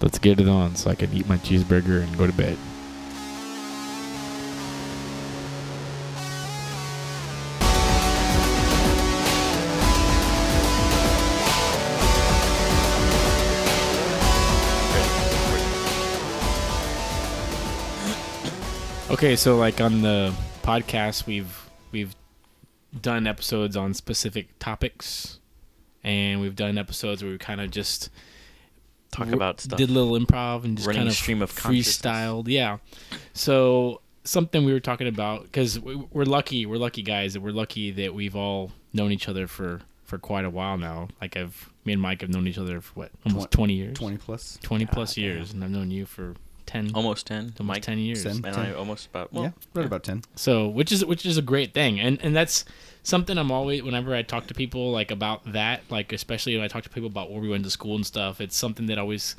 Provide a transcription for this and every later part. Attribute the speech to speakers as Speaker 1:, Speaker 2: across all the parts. Speaker 1: Let's get it on so I can eat my cheeseburger and go to bed. Okay, so like on the podcast, we've we've done episodes on specific topics, and we've done episodes where we kind of just
Speaker 2: Talk
Speaker 1: w-
Speaker 2: about stuff.
Speaker 1: Did a little improv and just
Speaker 2: Running
Speaker 1: kind of
Speaker 2: stream of consciousness.
Speaker 1: freestyled. Yeah. So something we were talking about because we're lucky. We're lucky guys that we're lucky that we've all known each other for for quite a while now. Like I've me and Mike have known each other for what almost
Speaker 3: Twen-
Speaker 1: twenty years.
Speaker 3: 20 plus.
Speaker 1: 20 plus years, and I've known you for ten almost,
Speaker 2: almost ten. Oh, Mike
Speaker 1: ten years.
Speaker 3: Ten.
Speaker 2: and I almost about well,
Speaker 3: yeah, right about 10.
Speaker 1: So, which is which is a great thing, and and that's something I'm always whenever I talk to people like about that, like especially when I talk to people about where we went to school and stuff. It's something that always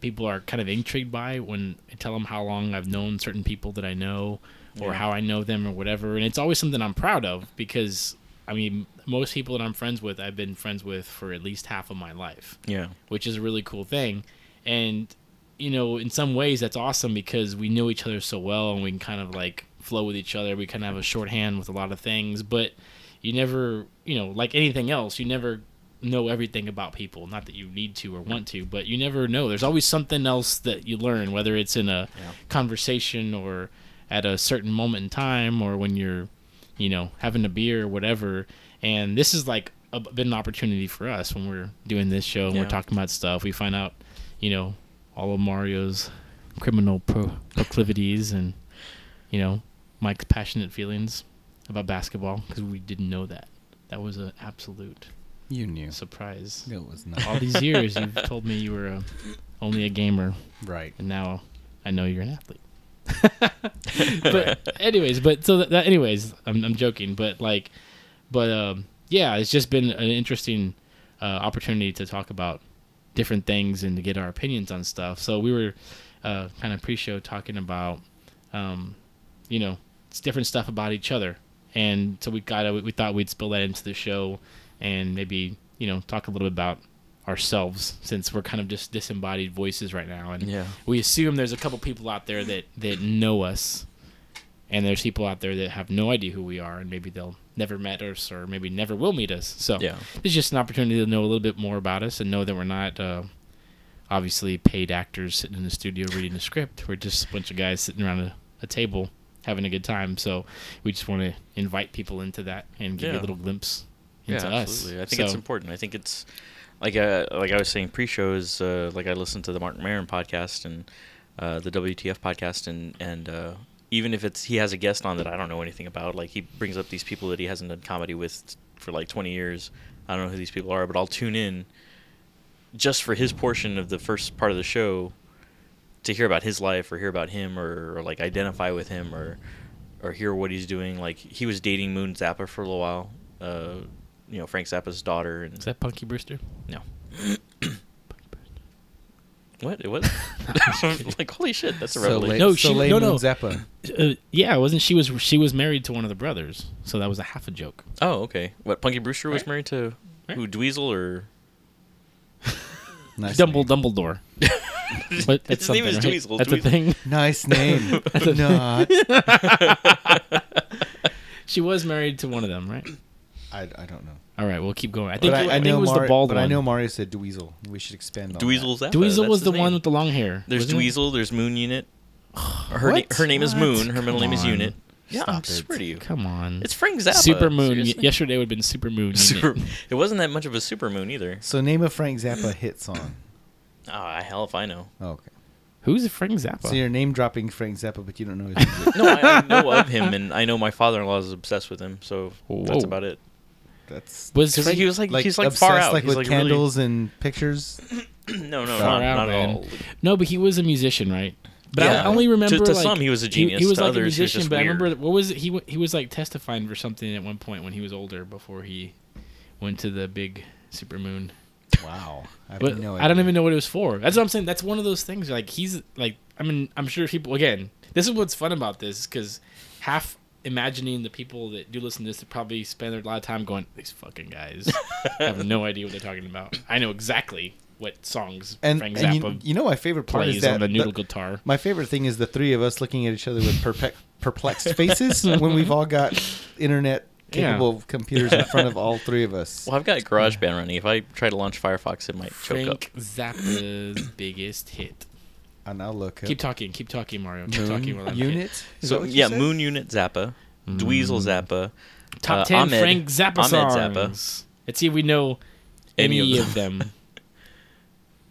Speaker 1: people are kind of intrigued by when I tell them how long I've known certain people that I know, or
Speaker 2: Yeah.
Speaker 1: how I know them, or whatever. And it's always something I'm proud of because I mean most people that I'm friends with, I've been friends with for at least half of my life
Speaker 2: yeah.
Speaker 1: which is a really cool thing. And you know, in some ways, that's awesome because we know each other so well, and we can kind of like flow with each other. We kind of have a shorthand with a lot of things, but you never, you know, like anything else, you never know everything about people. Not that you need to or want to, but you never know. There's always something else that you learn, whether it's in a
Speaker 2: Yeah.
Speaker 1: conversation or at a certain moment in time or when you're you know, having a beer or whatever. And this is like a, been an opportunity for us when we're doing this show and
Speaker 2: Yeah.
Speaker 1: we're talking about stuff. We find out, you know, all of Mario's criminal pro- proclivities and, you know, Mike's passionate feelings about basketball because we didn't know that. That was an absolute
Speaker 3: You knew.
Speaker 1: surprise.
Speaker 3: It was not
Speaker 1: All these years, you've told me you were a, only a gamer
Speaker 3: right.
Speaker 1: and now I know you're an athlete. but anyways, but so that, that anyways, I'm I'm joking, but like, but um, yeah, it's just been an interesting uh, opportunity to talk about different things and to get our opinions on stuff. So we were uh, kind of pre-show talking about, um, you know, it's different stuff about each other, and so we got we thought we'd spill that into the show, and maybe you know talk a little bit about ourselves since we're kind of just disembodied voices right now, and
Speaker 2: Yeah.
Speaker 1: we assume there's a couple people out there that that know us and there's people out there that have no idea who we are and maybe they'll never met us or maybe never will meet us so
Speaker 2: Yeah.
Speaker 1: it's just an opportunity to know a little bit more about us and know that we're not uh, obviously paid actors sitting in the studio reading a script we're just a bunch of guys sitting around a, a table having a good time so we just want to invite people into that and give you
Speaker 2: Yeah.
Speaker 1: a little glimpse into us
Speaker 2: absolutely. I think it's
Speaker 1: So-
Speaker 2: important. I think it's like uh, like I was saying pre-show is uh, like I listened to the Mark Maron podcast and uh, the WTF podcast and and uh, even if it's he has a guest on that I don't know anything about, like he brings up these people that he hasn't done comedy with for like 20 years. I don't know who these people are, but I'll tune in just for his portion of the first part of the show to hear about his life or hear about him or, or like identify with him or or hear what he's doing. Like he was dating Moon Zappa for a little while. Uh, you know Frank Zappa's daughter and
Speaker 1: is that punky brewster
Speaker 2: no. What it was? like holy shit, that's a
Speaker 3: so
Speaker 2: revelation.
Speaker 1: No,
Speaker 3: no,
Speaker 1: she- no, no.
Speaker 3: Zappa.
Speaker 1: uh, yeah wasn't she was she was married to one of the brothers so that was a half a joke
Speaker 2: Oh okay. What Punky Brewster was
Speaker 1: Right.
Speaker 2: married to
Speaker 1: Right.
Speaker 2: who Dweezil or
Speaker 3: Nice
Speaker 1: Dumble
Speaker 3: name.
Speaker 1: Dumbledore. But that's
Speaker 2: His name
Speaker 1: something,
Speaker 2: is
Speaker 1: right?
Speaker 2: Dweezil.
Speaker 1: That's a
Speaker 2: Dweezil.
Speaker 1: thing.
Speaker 3: Nice name. not.
Speaker 1: She was married to one of them, right?
Speaker 3: I, I don't know.
Speaker 1: All right, we'll keep going. I
Speaker 3: But
Speaker 1: think,
Speaker 3: I,
Speaker 1: it,
Speaker 3: I,
Speaker 1: I think
Speaker 3: know
Speaker 1: it was
Speaker 3: Mar-
Speaker 1: the bald
Speaker 3: but
Speaker 1: one.
Speaker 3: I know Mario said Dweezil. We should expand on
Speaker 2: Dweezil
Speaker 1: Dweezil
Speaker 2: Zappa. that's
Speaker 1: was
Speaker 2: his
Speaker 1: the
Speaker 2: name.
Speaker 1: one with the long hair.
Speaker 2: There's
Speaker 1: wasn't it?
Speaker 2: Dweezil, there's Moon Unit. Her na-
Speaker 1: What?
Speaker 2: her name is
Speaker 1: What?
Speaker 2: Moon, her middle
Speaker 1: Come
Speaker 2: name is
Speaker 1: on.
Speaker 2: Unit. Yeah, I
Speaker 3: Stop it.
Speaker 2: swear to you.
Speaker 1: Come on.
Speaker 2: It's Frank Zappa.
Speaker 1: Super moon. Y-
Speaker 2: seriously.
Speaker 1: yesterday would have been super moon. unit.
Speaker 2: Super, it wasn't that much of a super moon either.
Speaker 3: that. So name a Frank Zappa hit song.
Speaker 2: Oh, I- hell if I know.
Speaker 3: Oh, okay.
Speaker 1: Who's Frank Zappa?
Speaker 3: So you're name dropping Frank Zappa, but you don't know his music.
Speaker 2: No, I, I know of him, and I know my father-in-law is obsessed with him. So
Speaker 1: Whoa.
Speaker 2: that's about it.
Speaker 3: That's
Speaker 1: was
Speaker 2: 'Cause
Speaker 1: Frank,
Speaker 2: he was like, he's like far
Speaker 3: obsessed,
Speaker 2: out.
Speaker 3: like
Speaker 2: he's
Speaker 3: with
Speaker 2: like really-
Speaker 3: candles and pictures.
Speaker 2: no, no,
Speaker 1: Far
Speaker 2: not,
Speaker 1: out,
Speaker 2: not at
Speaker 1: man.
Speaker 2: all.
Speaker 1: no, but he was a musician, right? But
Speaker 2: Yeah.
Speaker 1: I only
Speaker 2: To-
Speaker 1: remember
Speaker 2: to
Speaker 1: like,
Speaker 2: some he was a genius,
Speaker 1: He, was
Speaker 2: to
Speaker 1: like a
Speaker 2: others he was
Speaker 1: musician,
Speaker 2: just
Speaker 1: but I
Speaker 2: weird.
Speaker 1: remember what was it? he? wa- He was like testifying for something at one point when he was older before he went to the big super moon.
Speaker 3: Wow. I, have
Speaker 1: But
Speaker 3: no
Speaker 1: I don't
Speaker 3: idea.
Speaker 1: even know what it was for. That's what I'm saying. That's one of those things. Like he's like I mean I'm sure people again. This is what's fun about this because half imagining the people that do listen to this probably spend a lot of time going these fucking guys have no idea what they're talking about. I know exactly what songs
Speaker 3: And,
Speaker 1: Frank
Speaker 3: and
Speaker 1: Zappa
Speaker 3: you, you know my favorite part
Speaker 1: plays
Speaker 3: is that
Speaker 1: on the noodle
Speaker 3: that-
Speaker 1: guitar.
Speaker 3: my favorite thing is the three of us looking at each other with perpe- perplexed faces when we've all got internet capable computers in front of all three of us.
Speaker 2: Well, I've got GarageBand running. If I try to launch Firefox, it might choke
Speaker 1: Frank
Speaker 2: up.
Speaker 1: Zappa's biggest hit.
Speaker 3: And I'll look up
Speaker 1: Keep talking, keep talking, Mario. Keep
Speaker 3: Moon
Speaker 1: talking. while I'm looking.
Speaker 3: unit. Is that
Speaker 2: So
Speaker 3: what you
Speaker 2: yeah,
Speaker 3: said?
Speaker 2: Moon Unit Zappa, Dweezil
Speaker 1: Mm.
Speaker 2: Zappa,
Speaker 1: Top
Speaker 2: uh,
Speaker 1: ten
Speaker 2: Ahmed-
Speaker 1: Frank Zappa
Speaker 2: Ahmed
Speaker 1: songs.
Speaker 2: Zappa.
Speaker 1: Let's see if we know any, of, them.
Speaker 2: them.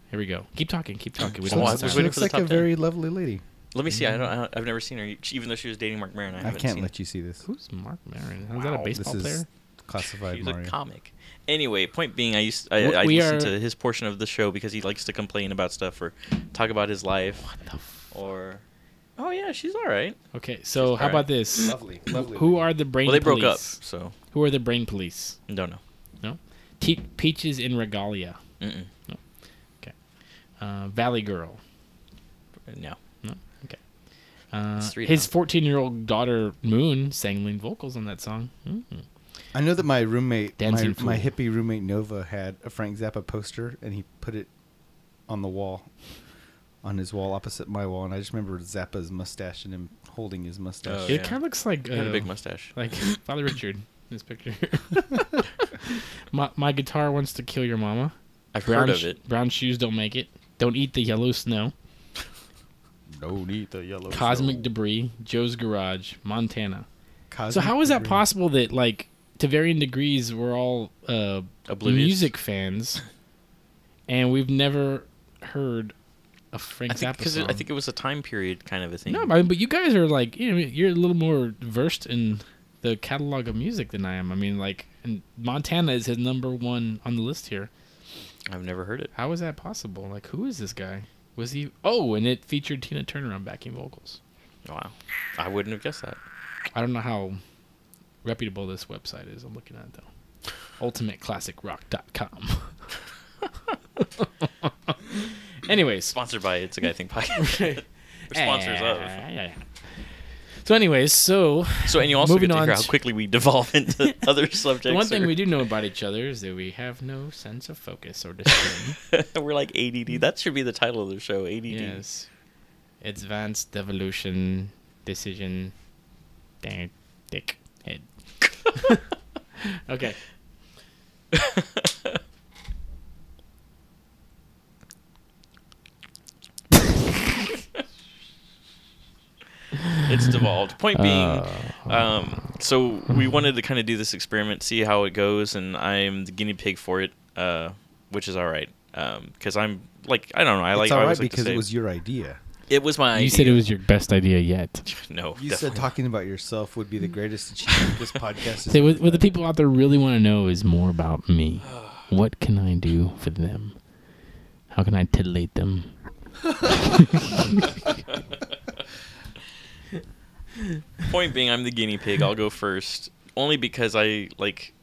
Speaker 1: Here we go. Keep talking. Keep talking. We
Speaker 3: She
Speaker 1: don't
Speaker 2: Oh, I
Speaker 1: have
Speaker 3: looks,
Speaker 2: was
Speaker 1: time.
Speaker 3: she
Speaker 2: waiting
Speaker 3: looks
Speaker 2: for the
Speaker 3: like
Speaker 2: top
Speaker 3: a
Speaker 2: 10.
Speaker 3: very lovely lady.
Speaker 2: Let me see.
Speaker 1: Mm-hmm.
Speaker 2: I don't, I don't. I've never seen her, e, even though she was dating Mark Maron. I,
Speaker 3: I,
Speaker 2: haven't
Speaker 3: can't
Speaker 2: seen
Speaker 3: let you see this.
Speaker 1: Who's Mark Maron? Is that a
Speaker 2: Wow,
Speaker 1: baseball
Speaker 3: this
Speaker 1: player?
Speaker 3: is classified
Speaker 2: He's
Speaker 3: Mario.
Speaker 2: a comic. Anyway, point being, I used I,
Speaker 1: W-
Speaker 2: I
Speaker 1: we
Speaker 2: listened
Speaker 1: are-
Speaker 2: to his portion of the show because he likes to complain about stuff or talk about his life or oh yeah, she's all right.
Speaker 1: Okay, so how
Speaker 2: alright.
Speaker 1: about this?
Speaker 3: Lovely, lovely.
Speaker 1: Who are the brain
Speaker 2: well, they
Speaker 1: police?
Speaker 2: broke up, so
Speaker 1: Who are the brain police?
Speaker 2: don't know.
Speaker 1: No? Te- Peaches in Regalia.
Speaker 2: Mm-mm.
Speaker 1: Uh, Valley Girl.
Speaker 2: No,
Speaker 1: No? Okay. Uh,
Speaker 2: It's three
Speaker 1: his
Speaker 2: now.
Speaker 1: 14 year old daughter, Moon, sang lead vocals on that song. hmm
Speaker 3: I know that my roommate, my,
Speaker 1: Dancing
Speaker 3: my
Speaker 1: fool.
Speaker 3: hippie roommate Nova, had a Frank Zappa poster, and he put it on the wall, on his wall opposite my wall, and I just remember Zappa's mustache and him holding his mustache.
Speaker 2: Oh,
Speaker 1: it
Speaker 2: yeah.
Speaker 1: kind of looks like.
Speaker 2: he had a
Speaker 1: uh,
Speaker 2: big mustache.
Speaker 1: like Father Richard in this picture. my, my guitar wants to kill your mama.
Speaker 2: I've
Speaker 1: Brown,
Speaker 2: heard of
Speaker 1: sh-
Speaker 2: it.
Speaker 1: brown shoes don't make it. Don't eat the yellow snow.
Speaker 3: No need the
Speaker 2: Oh,
Speaker 3: yellow.
Speaker 1: Cosmic
Speaker 3: soul.
Speaker 1: debris. Joe's garage. Montana.
Speaker 3: Cosmic
Speaker 1: so how is that
Speaker 3: debris.
Speaker 1: possible that like to varying degrees we're all uh,
Speaker 2: Oblivious.
Speaker 1: music fans, and we've never heard a Frank
Speaker 2: I think
Speaker 1: Zappa
Speaker 2: because
Speaker 1: song?
Speaker 2: I think it was a time period kind of a thing.
Speaker 1: no, I mean, but you guys are like you know, you're a little more versed in the catalog of music than I am. I mean, like and Montana is his number one on the list here.
Speaker 2: I've never heard it.
Speaker 1: How is that possible? Like, who is this guy? Was he? Oh, and it featured Tina Turner on backing vocals.
Speaker 2: Wow, I wouldn't have guessed that.
Speaker 1: I don't know how reputable this website is. I'm looking at it though. UltimateClassicRock.com. anyways,
Speaker 2: Sponsored by It's a Guy Thing Podcast. Or sponsors
Speaker 1: Eh.
Speaker 2: of.
Speaker 1: So, anyways, so
Speaker 2: So, and you also
Speaker 1: Moving
Speaker 2: get to
Speaker 1: on
Speaker 2: hear how
Speaker 1: to-
Speaker 2: quickly we devolve into other subjects.
Speaker 1: the one thing
Speaker 2: or-
Speaker 1: we do know about each other is that we have no sense of focus or discernment.
Speaker 2: We're like ADD. That should be the title of the show. ADD.
Speaker 1: yes, advanced devolution decision. Dang, dick head. okay.
Speaker 2: It's devolved. Point being,
Speaker 1: Uh.
Speaker 2: um, so we wanted to kind of do this experiment, see how it goes, and I'm the guinea pig for it, uh, which is all right. Because I'm like, I don't know. I
Speaker 3: It's
Speaker 2: like. I
Speaker 3: all right
Speaker 2: always like to
Speaker 3: because
Speaker 2: say
Speaker 3: it was your idea.
Speaker 2: It was my.
Speaker 1: You said it was your best idea yet.
Speaker 2: No.
Speaker 3: You said
Speaker 2: definitely.
Speaker 3: talking about yourself would be the greatest achievement this podcast.
Speaker 1: So what, what the people out there really want to know is more about me. What can I do for them? How can I titillate them?
Speaker 2: Point being, I'm the guinea pig. I'll go first, only because I like.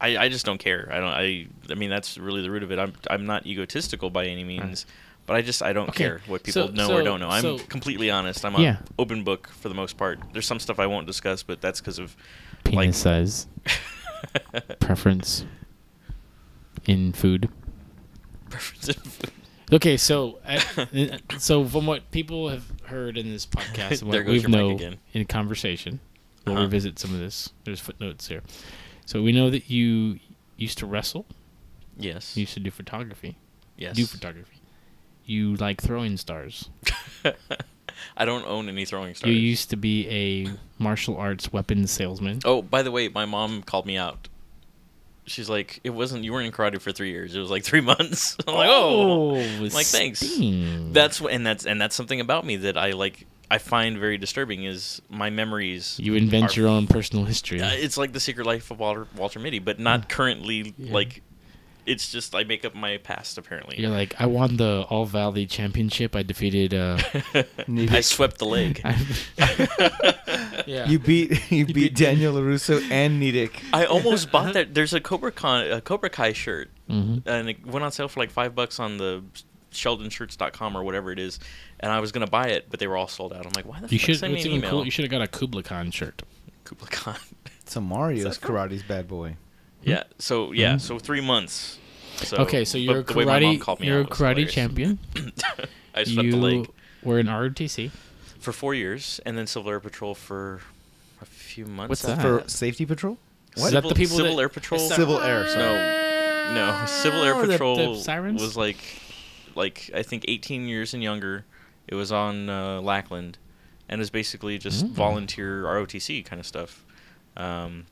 Speaker 2: I, I just don't care. I don't. I. I mean, that's really the root of it. I'm. I'm not egotistical by any means, but I just I don't
Speaker 1: Okay,
Speaker 2: care what people
Speaker 1: so-
Speaker 2: know or
Speaker 1: so-
Speaker 2: don't know. I'm
Speaker 1: so-
Speaker 2: completely honest. I'm
Speaker 1: Yeah.
Speaker 2: a open book for the most part. There's some stuff I won't discuss, but that's because of
Speaker 1: Penis
Speaker 2: Like-
Speaker 1: size, preference in food.
Speaker 2: preferences.
Speaker 1: Okay, so I, uh, so from what people have heard in this podcast, and
Speaker 2: There
Speaker 1: what
Speaker 2: goes
Speaker 1: we've
Speaker 2: your mic
Speaker 1: know
Speaker 2: again.
Speaker 1: in conversation, we'll
Speaker 2: Uh-huh.
Speaker 1: revisit some of this. There's footnotes here. So we know that you used to wrestle.
Speaker 2: yes.
Speaker 1: You used to do photography.
Speaker 2: yes.
Speaker 1: Do photography. You like throwing stars.
Speaker 2: I don't own any throwing stars.
Speaker 1: You used to be a martial arts weapons salesman.
Speaker 2: oh, by the way, my mom called me out. She's like, it wasn't. You weren't in karate for three years. It was like three months. I'm like, oh. like, thanks.
Speaker 1: sting.
Speaker 2: That's wh- and that's and that's something about me that I like. I find very disturbing is my memories.
Speaker 1: you invent
Speaker 2: are-
Speaker 1: your own personal history.
Speaker 2: Uh, It's like the secret life of Walter Walter Mitty, but not currently.
Speaker 1: Yeah.
Speaker 2: Like, it's just I make up my past. Apparently,
Speaker 1: You're like, I won the All Valley Championship. I defeated. Uh,
Speaker 2: I swept the leg.
Speaker 1: yeah.
Speaker 3: You beat you beat Daniel Larusso and Nidik.
Speaker 2: I almost
Speaker 1: Uh-huh.
Speaker 2: bought that. There's a Cobra Con, a Cobra Kai shirt,
Speaker 1: Mhm.
Speaker 2: and it went on sale for like five bucks on the SheldonShirts.com or whatever it is, and I was gonna buy it, but they were all sold out. I'm like, why the
Speaker 1: You
Speaker 2: fuck
Speaker 1: should.
Speaker 2: send me
Speaker 1: What's
Speaker 2: an
Speaker 1: even
Speaker 2: email?
Speaker 1: cool? You should have got a Kubla Khan shirt.
Speaker 2: Kubla Khan.
Speaker 3: So Mario's
Speaker 2: from-
Speaker 3: karate's bad boy.
Speaker 2: Yeah. So yeah. So three months. So,
Speaker 1: Hmm? okay, so you're a
Speaker 2: but the way my mom
Speaker 1: karate
Speaker 2: called me
Speaker 1: you're a
Speaker 2: out was
Speaker 1: karate
Speaker 2: hilarious.
Speaker 1: champion.
Speaker 2: I swept the
Speaker 1: you
Speaker 2: lake
Speaker 1: were in ROTC.
Speaker 2: for four years, and then Civil Air Patrol for a few months.
Speaker 1: What's
Speaker 2: after
Speaker 3: for
Speaker 1: that?
Speaker 3: safety patrol.
Speaker 1: Is
Speaker 2: What?
Speaker 1: that
Speaker 2: Civil-
Speaker 1: the people
Speaker 2: Civil
Speaker 1: that-
Speaker 2: Air Patrol?
Speaker 1: Is that-
Speaker 3: Civil Air,
Speaker 2: No,
Speaker 3: sorry.
Speaker 2: no. Civil Air
Speaker 1: Oh, the- the
Speaker 2: Patrol
Speaker 1: sirens?
Speaker 2: was like, like I think 18 years and younger. It was on uh, Lackland, and it was basically just
Speaker 1: Mm.
Speaker 2: volunteer ROTC kind of stuff. Um,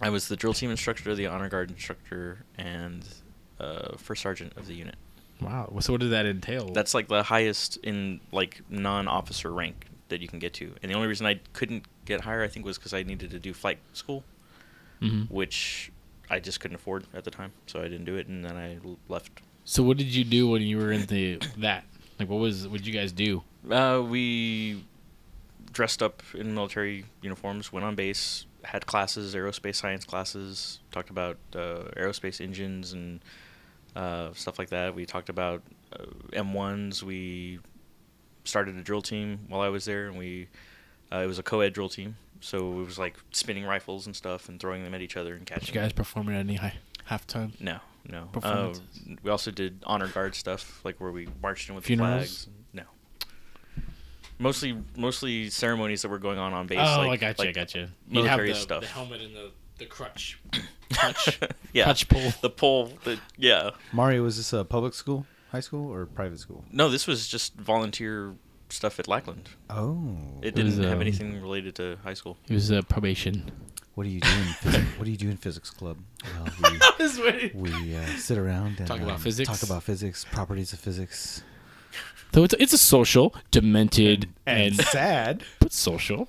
Speaker 2: I was the drill team instructor, the honor guard instructor, and uh, first sergeant of the unit.
Speaker 1: Wow. So what did that entail?
Speaker 2: That's like the highest in like non-officer rank that you can get to. And the only reason I couldn't get higher, I think, was because I needed to do flight school
Speaker 1: Mhm.
Speaker 2: which I just couldn't afford at the time, so I didn't do it, and then I l- left.
Speaker 1: So what did you do when you were in the that? Like what was what did you guys do?
Speaker 2: Uh, we dressed up in military uniforms, went on base, had classes, aerospace science classes, talked about uh, aerospace engines and uh, stuff like that. We talked about uh, M1s. We started a drill team while I was there, and we uh, it was a co-ed drill team, so it was like spinning rifles and stuff and throwing them at each other and catching.
Speaker 1: Did you guys perform at any high, halftime?
Speaker 2: No, no. Uh,
Speaker 1: Performances?
Speaker 2: we also did honor guard stuff, like where we marched in with
Speaker 1: Funerals?
Speaker 2: the flags. No. Mostly, mostly ceremonies that were going on on base.
Speaker 1: Oh,
Speaker 2: like,
Speaker 1: I got you. I
Speaker 2: like
Speaker 1: got you. You'd have
Speaker 2: Military
Speaker 1: the,
Speaker 2: stuff.
Speaker 1: the helmet and the, the crutch, crutch,
Speaker 2: yeah.
Speaker 1: crutch pull.
Speaker 2: The pole. The, yeah.
Speaker 3: Mario, was this a public school, high school, or private school?
Speaker 2: No, this was just volunteer stuff at Lackland.
Speaker 3: Oh,
Speaker 2: It
Speaker 1: It
Speaker 2: didn't
Speaker 1: was,
Speaker 2: have
Speaker 1: um,
Speaker 2: anything related to high school.
Speaker 1: It was uh, probation.
Speaker 3: what do you do? In physics, what do you do in physics club? Well, we we uh, sit around and
Speaker 1: Talk about
Speaker 3: um,
Speaker 1: physics.
Speaker 3: Talk about physics, properties of physics,
Speaker 1: So it's it's a social, demented, and
Speaker 3: sad.
Speaker 1: but social.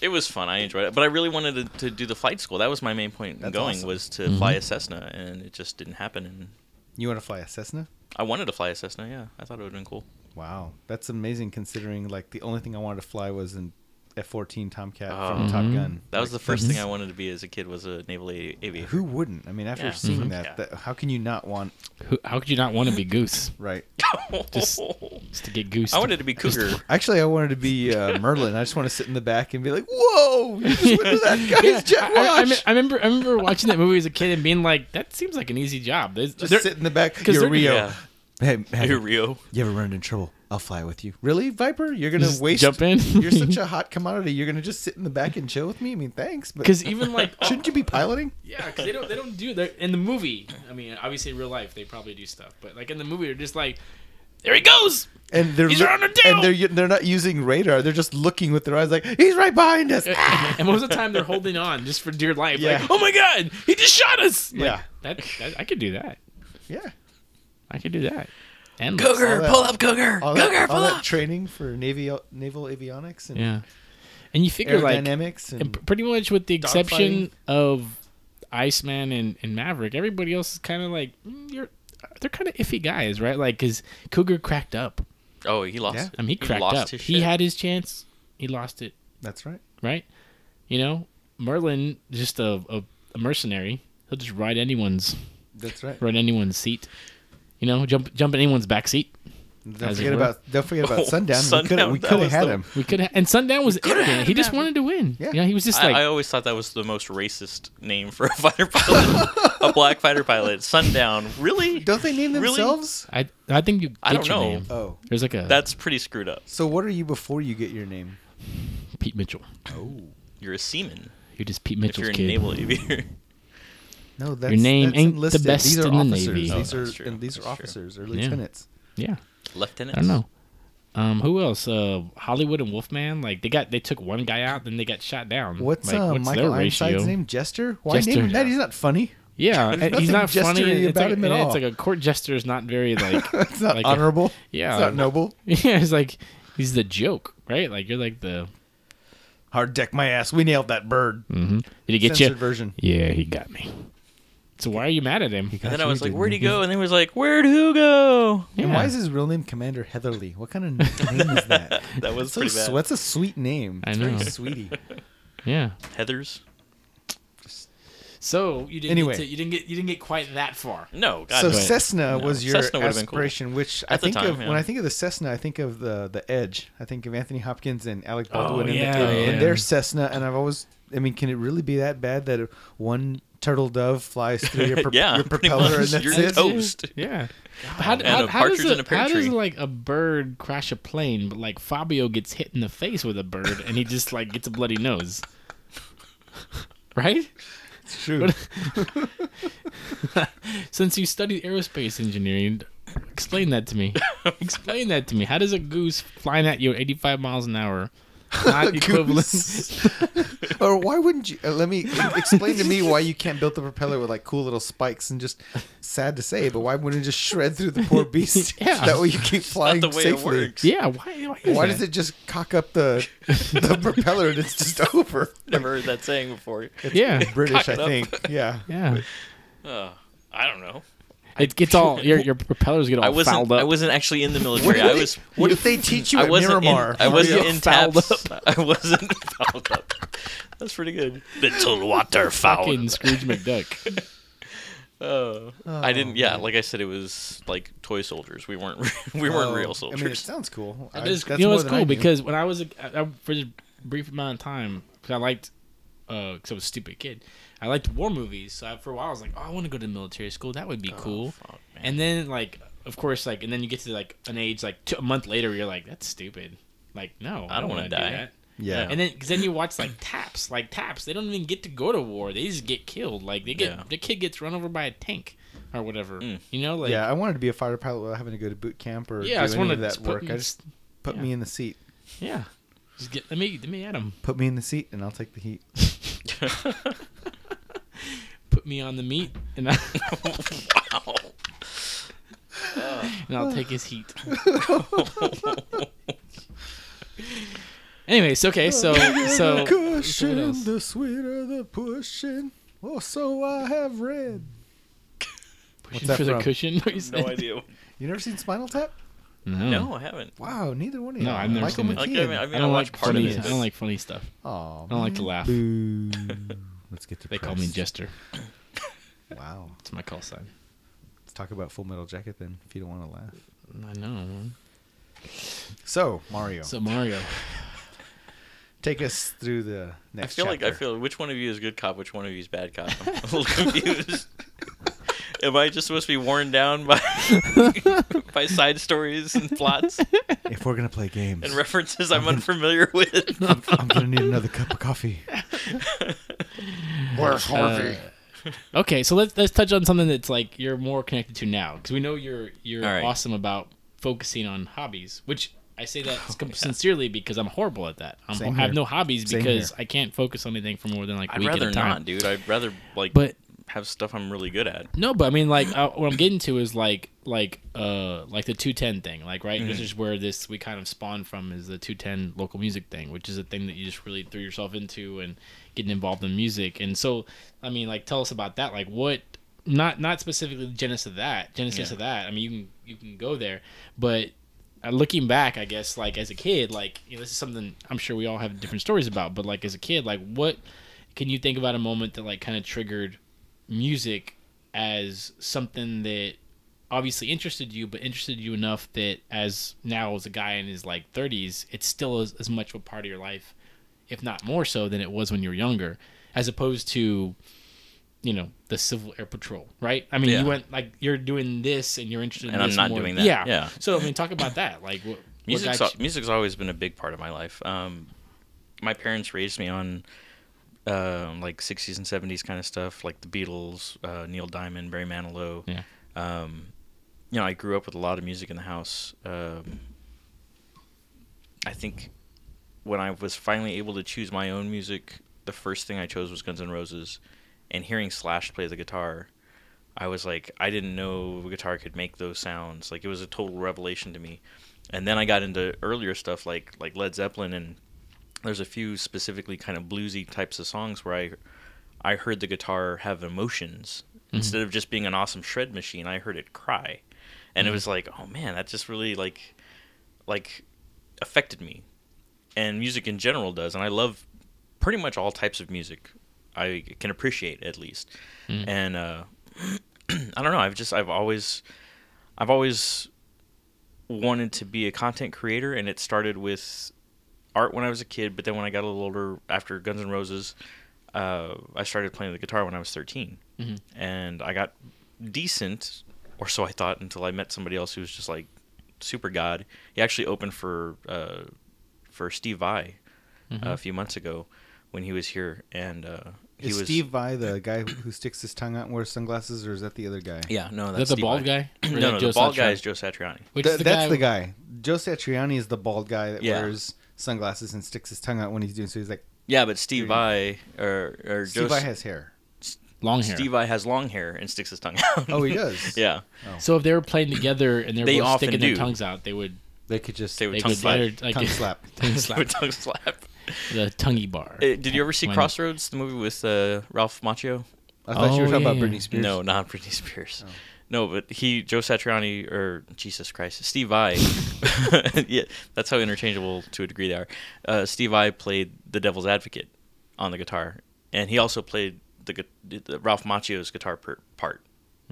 Speaker 2: It was fun. I enjoyed it, but I really wanted to, to do the flight school. That was my main point in
Speaker 3: That's
Speaker 2: going
Speaker 3: awesome.
Speaker 2: was
Speaker 1: Mm-hmm.
Speaker 2: to fly a Cessna, and it just didn't happen. And
Speaker 3: You want to fly a Cessna?
Speaker 2: I wanted to fly a Cessna. Yeah, I thought it would have been cool.
Speaker 3: Wow, that's amazing. Considering like the only thing I wanted to fly was an F-14 Tomcat
Speaker 2: Oh.
Speaker 3: from Top Gun.
Speaker 2: That was the
Speaker 3: Like,
Speaker 2: first thing I
Speaker 3: that's-
Speaker 2: wanted to be as a kid was a naval a- aviator.
Speaker 3: Who wouldn't? I mean, after
Speaker 2: Yeah.
Speaker 3: seeing
Speaker 2: Mhm.
Speaker 3: that,
Speaker 2: Yeah.
Speaker 3: that, how can you not want?
Speaker 1: Who, how could you not want to be goose?
Speaker 3: Right.
Speaker 1: Just- Just to get goose.
Speaker 2: I wanted to be cougar.
Speaker 3: Actually, I wanted to be uh, Merlin. I just want to sit in the back and be like, "Whoa, you just went to that guy's
Speaker 1: I,
Speaker 3: jet
Speaker 1: I, I,
Speaker 3: wash."
Speaker 1: me- I remember I remember watching that movie as a kid and being like, that seems like an easy job. There's,
Speaker 3: just
Speaker 1: there-
Speaker 3: sit in the back.
Speaker 1: 'cause
Speaker 3: You're
Speaker 1: they're-
Speaker 3: Rio.
Speaker 2: Yeah.
Speaker 3: Hey, hey,
Speaker 2: You're Rio.
Speaker 3: you ever run into trouble? I'll fly with you. Really, Viper? You're gonna
Speaker 1: Just
Speaker 3: waste?
Speaker 1: jump in?
Speaker 3: you're such a hot commodity. You're gonna just sit in the back and chill with me? I mean, thanks, but
Speaker 1: Because even like,
Speaker 3: shouldn't you be piloting?
Speaker 1: yeah, because they don't they don't do that in the movie. I mean, obviously in real life they probably do stuff, but like in the movie they're just like, there he goes.
Speaker 3: And they're
Speaker 1: He's
Speaker 3: lo-
Speaker 1: right on our
Speaker 3: and
Speaker 1: tail!
Speaker 3: they're they're not using radar. They're just looking with their eyes like he's right behind us.
Speaker 1: And most of the time they're holding on just for dear life.
Speaker 3: Yeah.
Speaker 1: Like, oh my god, he just shot us. Like,
Speaker 3: Yeah.
Speaker 1: that, that I could do that.
Speaker 3: yeah.
Speaker 1: I could do that. And
Speaker 2: Cougar,
Speaker 3: that-
Speaker 2: pull up, cougar,
Speaker 3: All
Speaker 2: cougar,
Speaker 3: that, all
Speaker 2: pull
Speaker 3: that
Speaker 2: up.
Speaker 3: training for naval naval avionics and
Speaker 1: yeah, and you figure like
Speaker 3: aerodynamics
Speaker 1: And
Speaker 3: and
Speaker 1: p- pretty much with the exception
Speaker 3: fighting.
Speaker 1: of Iceman and, and Maverick, everybody else is kind of like mm, you're. They're kind of iffy guys, right? Like, cause Cougar cracked up.
Speaker 2: Oh, he lost.
Speaker 3: Yeah.
Speaker 2: it.
Speaker 1: I mean, he cracked
Speaker 2: lost
Speaker 1: up.
Speaker 2: His
Speaker 1: He
Speaker 2: shit.
Speaker 1: had his chance. He lost it,
Speaker 3: that's right.
Speaker 1: right? You know, Merlin just a, a, a mercenary. He'll just ride anyone's
Speaker 3: That's right.
Speaker 1: ride anyone's seat. You know, jump jump in anyone's back seat.
Speaker 3: Don't
Speaker 1: As it
Speaker 3: forget
Speaker 1: were.
Speaker 3: about don't forget about
Speaker 2: Oh,
Speaker 3: sundown.
Speaker 2: Sundown,
Speaker 3: we
Speaker 2: that
Speaker 3: could have
Speaker 2: was
Speaker 3: had
Speaker 2: the-
Speaker 3: him.
Speaker 1: We could ha- and Sundown was
Speaker 2: coulda
Speaker 1: arrogant.
Speaker 2: had
Speaker 1: He just
Speaker 2: Maverick.
Speaker 1: wanted to win.
Speaker 3: Yeah.
Speaker 1: Yeah, you know, he was just
Speaker 2: I,
Speaker 1: like
Speaker 2: I always thought that was the most racist name for a fighter pilot, a black fighter pilot. Sundown, really?
Speaker 3: Don't they name
Speaker 2: Really?
Speaker 3: themselves?
Speaker 1: I I, think you. Get
Speaker 2: I don't
Speaker 1: your
Speaker 2: know.
Speaker 1: Name.
Speaker 3: Oh,
Speaker 1: There's like a
Speaker 2: That's pretty screwed up.
Speaker 3: so what are you before you get your name?
Speaker 1: Pete Mitchell.
Speaker 3: Oh
Speaker 2: You're a seaman
Speaker 1: You're just Pete
Speaker 2: if
Speaker 1: Mitchell's
Speaker 2: you're a
Speaker 1: kid.
Speaker 2: naval aviator.
Speaker 3: no, that's
Speaker 1: name
Speaker 3: that's
Speaker 1: ain't the
Speaker 3: enlisted.
Speaker 1: best
Speaker 3: these are
Speaker 1: in the
Speaker 3: officers.
Speaker 1: Navy.
Speaker 2: Oh,
Speaker 3: These
Speaker 2: that's
Speaker 3: are
Speaker 2: true.
Speaker 3: and these are
Speaker 2: That's true.
Speaker 3: officers or
Speaker 1: Yeah.
Speaker 3: lieutenants.
Speaker 1: Yeah,
Speaker 2: Lieutenant.
Speaker 1: I don't know. Um, who else? Uh, Hollywood and Wolfman. Like they got they took one guy out, then they got shot down.
Speaker 3: What's,
Speaker 1: like,
Speaker 3: uh,
Speaker 1: what's their
Speaker 3: Michael Ironside's
Speaker 1: ratio?
Speaker 3: name? Jester? Why
Speaker 1: Jester.
Speaker 3: name him that? He's not funny.
Speaker 1: Yeah,
Speaker 3: There's
Speaker 1: and he's
Speaker 3: nothing
Speaker 1: not funny.
Speaker 3: jestery
Speaker 1: and It's
Speaker 3: about
Speaker 1: like,
Speaker 3: him at
Speaker 1: and It's
Speaker 3: all.
Speaker 1: like a court jester is not very like.
Speaker 3: It's not
Speaker 1: like a-
Speaker 3: honorable.
Speaker 1: yeah,
Speaker 3: It's not noble.
Speaker 1: yeah, it's like he's the joke, right? Like you're like the.
Speaker 3: Hard deck my ass. We nailed that bird.
Speaker 1: Mm-hmm. Did he get
Speaker 3: Censored
Speaker 1: you?
Speaker 3: version.
Speaker 1: Yeah, he got me. So why are you mad at him?
Speaker 2: And then I was like, "Where'd he go?" And then he was like, "Where'd who go?"
Speaker 1: Yeah.
Speaker 3: And why is his real name Commander Heatherly? What kind of name is that?
Speaker 2: That was
Speaker 3: so
Speaker 2: pretty bad.
Speaker 3: su- That's a sweet name.
Speaker 1: I
Speaker 3: It's
Speaker 1: know.
Speaker 3: very sweetie.
Speaker 1: yeah.
Speaker 2: Heather's.
Speaker 1: So you didn't.
Speaker 3: Anyway.
Speaker 1: Get to, you didn't get. You didn't get quite that far.
Speaker 2: No, God.
Speaker 3: so
Speaker 2: no.
Speaker 1: but-
Speaker 2: no,
Speaker 3: Cessna was your
Speaker 2: Cessna would've been cool.
Speaker 3: aspiration, which I
Speaker 2: At the
Speaker 3: think
Speaker 2: time,
Speaker 3: of
Speaker 2: yeah.
Speaker 3: when I think of the Cessna, I think of the the Edge. I think of Anthony Hopkins and Alec Baldwin
Speaker 1: Oh, yeah,
Speaker 3: and, the,
Speaker 1: yeah.
Speaker 3: and their Cessna. And I've always, I mean, can it really be that bad that one turtle dove flies through your, pro-
Speaker 2: yeah,
Speaker 3: your
Speaker 2: pretty
Speaker 3: propeller, and
Speaker 2: much.
Speaker 3: that's
Speaker 2: You're
Speaker 3: it.
Speaker 2: toast.
Speaker 1: Yeah. How,
Speaker 2: And
Speaker 1: how,
Speaker 2: a
Speaker 1: how, does
Speaker 2: partridge in
Speaker 1: a-
Speaker 2: a pear
Speaker 1: how does
Speaker 2: tree.
Speaker 1: like a bird crash a plane, but like Fabio gets hit in the face with a bird and he just like gets a bloody nose? right?
Speaker 3: It's true.
Speaker 1: Since you studied aerospace engineering, explain that to me. explain that to me. How does a goose flying at you at 85 miles an hour not equivalent?
Speaker 3: Goose. or why wouldn't you? uh, let me explain to me why you can't build the propeller with like cool little spikes and just sad to say, but why wouldn't it just shred through the poor beast?
Speaker 1: Yeah.
Speaker 3: That way you keep flying
Speaker 2: Not the way
Speaker 3: safely.
Speaker 2: it works.
Speaker 1: Yeah, why? Why, is
Speaker 3: Why
Speaker 1: that?
Speaker 3: does it just cock up the the propeller and it's just over?
Speaker 2: Never heard that saying before.
Speaker 1: Yeah,
Speaker 3: British, I
Speaker 2: it up.
Speaker 3: think. Yeah.
Speaker 1: yeah.
Speaker 2: Uh, I don't know.
Speaker 1: It gets all your your propellers get all
Speaker 2: I wasn't.
Speaker 1: fouled up.
Speaker 2: I wasn't actually in the military.
Speaker 3: did
Speaker 2: I
Speaker 3: they-
Speaker 2: was.
Speaker 3: What if they teach you
Speaker 2: I
Speaker 3: at
Speaker 2: wasn't. In,
Speaker 3: Miramar?
Speaker 2: I wasn't
Speaker 3: Yeah.
Speaker 2: in
Speaker 1: fouled
Speaker 2: taps. I wasn't fouled up. That's pretty good. Little water
Speaker 1: fucking Scrooge McDuck.
Speaker 2: Oh. I didn't. Yeah, like I said, it was like toy soldiers. We weren't. We weren't
Speaker 3: Oh,
Speaker 2: real
Speaker 3: I mean, it
Speaker 2: soldiers.
Speaker 3: sounds cool. I-
Speaker 1: It is-
Speaker 3: that's
Speaker 1: you know
Speaker 3: more
Speaker 1: it's
Speaker 3: than I
Speaker 1: cool
Speaker 3: knew.
Speaker 1: because when I was a, I, I, for just a brief amount of time, because I liked, because I was a stupid kid, I liked war movies. So I, for a while, I was like, oh, I want to go to military school. That would
Speaker 3: Oh,
Speaker 1: be cool.
Speaker 2: Oh, fuck, man.
Speaker 1: and then like, of course, like, and then you get to like an age like two, a month later, you're like, that's stupid. Like, no, I, don't
Speaker 2: don't wanna
Speaker 1: want to do
Speaker 2: die.
Speaker 1: that.
Speaker 3: yeah.
Speaker 1: And then, cause then you watch like taps, like taps. They don't even get to go to war. They just get killed. Like they get
Speaker 2: Yeah.
Speaker 1: the kid gets run over by a tank or whatever.
Speaker 2: Mm.
Speaker 1: You know, like
Speaker 3: yeah, I wanted to be a fighter pilot without having to go to boot camp or
Speaker 1: yeah.
Speaker 3: do
Speaker 1: I just
Speaker 3: any
Speaker 1: want
Speaker 3: of that
Speaker 1: to
Speaker 3: work. I just put me in the seat.
Speaker 1: yeah. Just get let me let me at him.
Speaker 3: Put me in the seat and I'll take the heat.
Speaker 1: Put me on the meat and I
Speaker 2: wow.
Speaker 1: and I'll take his heat. Anyways, okay, so so so what else?
Speaker 3: the sweeter the pushing. Oh, so I have read.
Speaker 1: Pushing
Speaker 3: that
Speaker 1: for
Speaker 3: from?
Speaker 1: the cushion. what you
Speaker 2: No
Speaker 1: said?
Speaker 2: idea.
Speaker 3: You never seen Spinal Tap?
Speaker 1: No.
Speaker 2: No, I haven't.
Speaker 3: Wow, neither one of you.
Speaker 1: No, I've never
Speaker 3: Michael
Speaker 1: seen it.
Speaker 2: Like, I
Speaker 3: McKean.
Speaker 2: mean, I, mean,
Speaker 1: I don't
Speaker 2: watched
Speaker 1: like
Speaker 2: part of
Speaker 1: funny.
Speaker 2: it.
Speaker 1: I don't like funny stuff.
Speaker 3: Aw,
Speaker 1: I don't like to
Speaker 3: man.
Speaker 2: Ah.
Speaker 1: laugh.
Speaker 3: Boo. Let's get to
Speaker 1: They call me Jester.
Speaker 3: Wow.
Speaker 1: It's my call sign.
Speaker 3: Let's talk about Full Metal Jacket then, if you don't want to laugh.
Speaker 1: I know.
Speaker 3: So Mario,
Speaker 1: So Mario.
Speaker 3: take us through the
Speaker 2: I
Speaker 3: next.
Speaker 2: feel like I
Speaker 3: chapter.
Speaker 2: feel which one of you is good cop, which one of you is bad cop. I'm a little confused. Am I just supposed to be worn down by by side stories and plots
Speaker 3: If we're gonna play games,
Speaker 2: and references I'm unfamiliar with?
Speaker 3: I'm, I'm gonna need another cup of coffee.
Speaker 2: Uh,
Speaker 3: Where's Harvey?
Speaker 1: Okay, so let's let's touch on something that's like you're more connected to now because we know you're you're
Speaker 2: All right.
Speaker 1: awesome about focusing on hobbies, which I say that
Speaker 2: Oh,
Speaker 1: com- sincerely because I'm horrible at that. I'm,
Speaker 3: Same
Speaker 1: I have
Speaker 3: here.
Speaker 1: no hobbies
Speaker 3: Same
Speaker 1: because
Speaker 3: here.
Speaker 1: I can't focus on anything for more than like a
Speaker 2: I'd
Speaker 1: week at
Speaker 2: rather
Speaker 1: a time.
Speaker 2: not, dude. I'd rather like
Speaker 1: But-
Speaker 2: have stuff I'm really good at.
Speaker 1: No, but I mean, like, uh, what I'm getting to is like, like, uh, like the 210 thing, like, right? This is where this we kind of spawned from is the 210 local music thing, which is a thing that you just really threw yourself into and getting involved in music. And so, I mean, like, tell us about that. Like, what? Not not specifically the genesis of that. Genesis
Speaker 2: Yeah.
Speaker 1: of that. I mean, you can you can go there, but uh, looking back, I guess, like as a kid, like you know, this is something I'm sure we all have different stories about. But like as a kid, like what can you think about a moment that like kind of triggered music as something that obviously interested you, but interested you enough that as now as a guy in his like 30s, it's still as, as much of a part of your life, if not more so than it was when you were younger, as opposed to, you know, the Civil Air Patrol, right? I mean,
Speaker 2: Yeah.
Speaker 1: you went like you're doing this and you're interested, in
Speaker 2: And I'm
Speaker 1: this
Speaker 2: not
Speaker 1: more-
Speaker 2: doing that.
Speaker 1: Yeah,
Speaker 2: Yeah.
Speaker 1: So I mean, talk about that. Like, what, what
Speaker 2: Music's,
Speaker 1: got
Speaker 2: al-
Speaker 1: you-
Speaker 2: music's always been a big part of my life. Um, my parents raised me on um, like 60s and 70s kind of stuff, like the Beatles, uh, Neil Diamond, Barry Manilow.
Speaker 1: Yeah.
Speaker 2: Um, you know, I grew up with a lot of music in the house. Um, I think when I was finally able to choose my own music, the first thing I chose was Guns N' Roses. And hearing Slash play the guitar, I was like, I didn't know guitar could make those sounds. Like it was a total revelation to me. And then I got into earlier stuff like like Led Zeppelin and there's a few specifically kind of bluesy types of songs where I I heard the guitar have emotions instead of just being an awesome shred machine. I heard it cry, and it was like, oh man, that just really like like affected me, and music in general does. And I love pretty much all types of music. I can appreciate at least, and uh, I don't know. I've just I've always I've always wanted to be a content creator, and it started with art when I was a kid. But then when I got a little older, after Guns N' Roses, uh, I started playing the guitar when I was 13,
Speaker 1: Mhm.
Speaker 2: Mm-hmm. and I got decent, or so I thought, until I met somebody else who was just like super god. He actually opened for uh, for Steve Vai uh, a few months ago when he was here, and uh, he
Speaker 3: Is
Speaker 2: was
Speaker 3: Steve Vai the guy who sticks his tongue out and wears sunglasses, or is that the other guy?
Speaker 2: Yeah, no,
Speaker 1: Is
Speaker 2: that's
Speaker 1: that the
Speaker 2: Steve
Speaker 1: bald
Speaker 2: Vai.
Speaker 1: guy? Or is
Speaker 2: no,
Speaker 1: that
Speaker 2: no,
Speaker 1: Joe
Speaker 2: the bald
Speaker 1: Satriani?
Speaker 2: guy is Joe Satriani.
Speaker 1: Which
Speaker 3: Th-
Speaker 1: is the
Speaker 3: that's
Speaker 1: guy,
Speaker 3: the guy. Joe Satriani is the bald guy that
Speaker 2: Yeah.
Speaker 3: wears sunglasses and sticks his tongue out when he's doing so. He's like,
Speaker 2: Yeah, but Steve
Speaker 3: There
Speaker 2: Vai or or
Speaker 3: Steve
Speaker 2: Joe
Speaker 3: Vai has hair.
Speaker 1: long hair.
Speaker 2: Steve Vai has long hair and sticks his tongue out.
Speaker 3: Oh, he does.
Speaker 2: yeah,
Speaker 1: So if they were playing together and they were
Speaker 2: They
Speaker 1: both
Speaker 2: often
Speaker 1: sticking
Speaker 2: do.
Speaker 1: their tongues out, they would
Speaker 3: They could just
Speaker 2: They would
Speaker 1: they
Speaker 2: tongue
Speaker 1: would
Speaker 2: slap.
Speaker 1: they're, like,
Speaker 3: tongue slap.
Speaker 1: tongue
Speaker 2: with
Speaker 1: slap.
Speaker 2: tongue slap.
Speaker 1: the tonguey bar.
Speaker 2: Uh, did you ever see
Speaker 1: Why not?
Speaker 2: Crossroads, the movie with uh, Ralph Macchio?
Speaker 3: I thought you were
Speaker 1: Oh,
Speaker 3: talking
Speaker 1: yeah.
Speaker 3: about Britney Spears.
Speaker 2: No, not Britney Spears.
Speaker 3: Oh.
Speaker 2: No, but he, Joe Satriani, or Jesus Christ, Steve Vai. yeah, that's how interchangeable to a degree they are. Uh, Steve Vai played the Devil's Advocate on the guitar, and he also played the, gu- the Ralph Macchio's guitar per, part.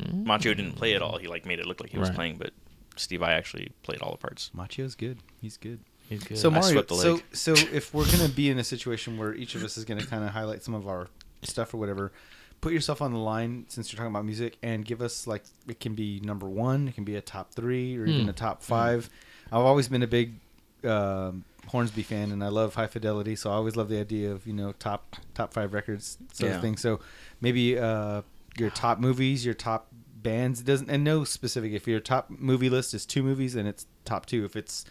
Speaker 3: Hmm.
Speaker 2: Macchio didn't play at all. He like made it look like he was
Speaker 1: Right.
Speaker 2: playing, but Steve Vai actually played all the parts.
Speaker 3: Macho's good. He's good.
Speaker 1: He's good.
Speaker 3: So
Speaker 2: I
Speaker 3: Mario,
Speaker 2: swept the
Speaker 3: so
Speaker 2: leg.
Speaker 3: so if we're gonna be in a situation where each of us is gonna kind of highlight some of our stuff or whatever, put yourself on the line since you're talking about music and give us like it can be number one, it can be a top three, or even
Speaker 1: Hmm.
Speaker 3: a top five. I've always been a big um, Hornsby fan, and I love High Fidelity, so I always love the idea of you know top top five records sort
Speaker 2: Yeah.
Speaker 3: of thing. So maybe uh, your top movies, your top bands it doesn't and no specific if your top movie list is two movies then it's top two if it's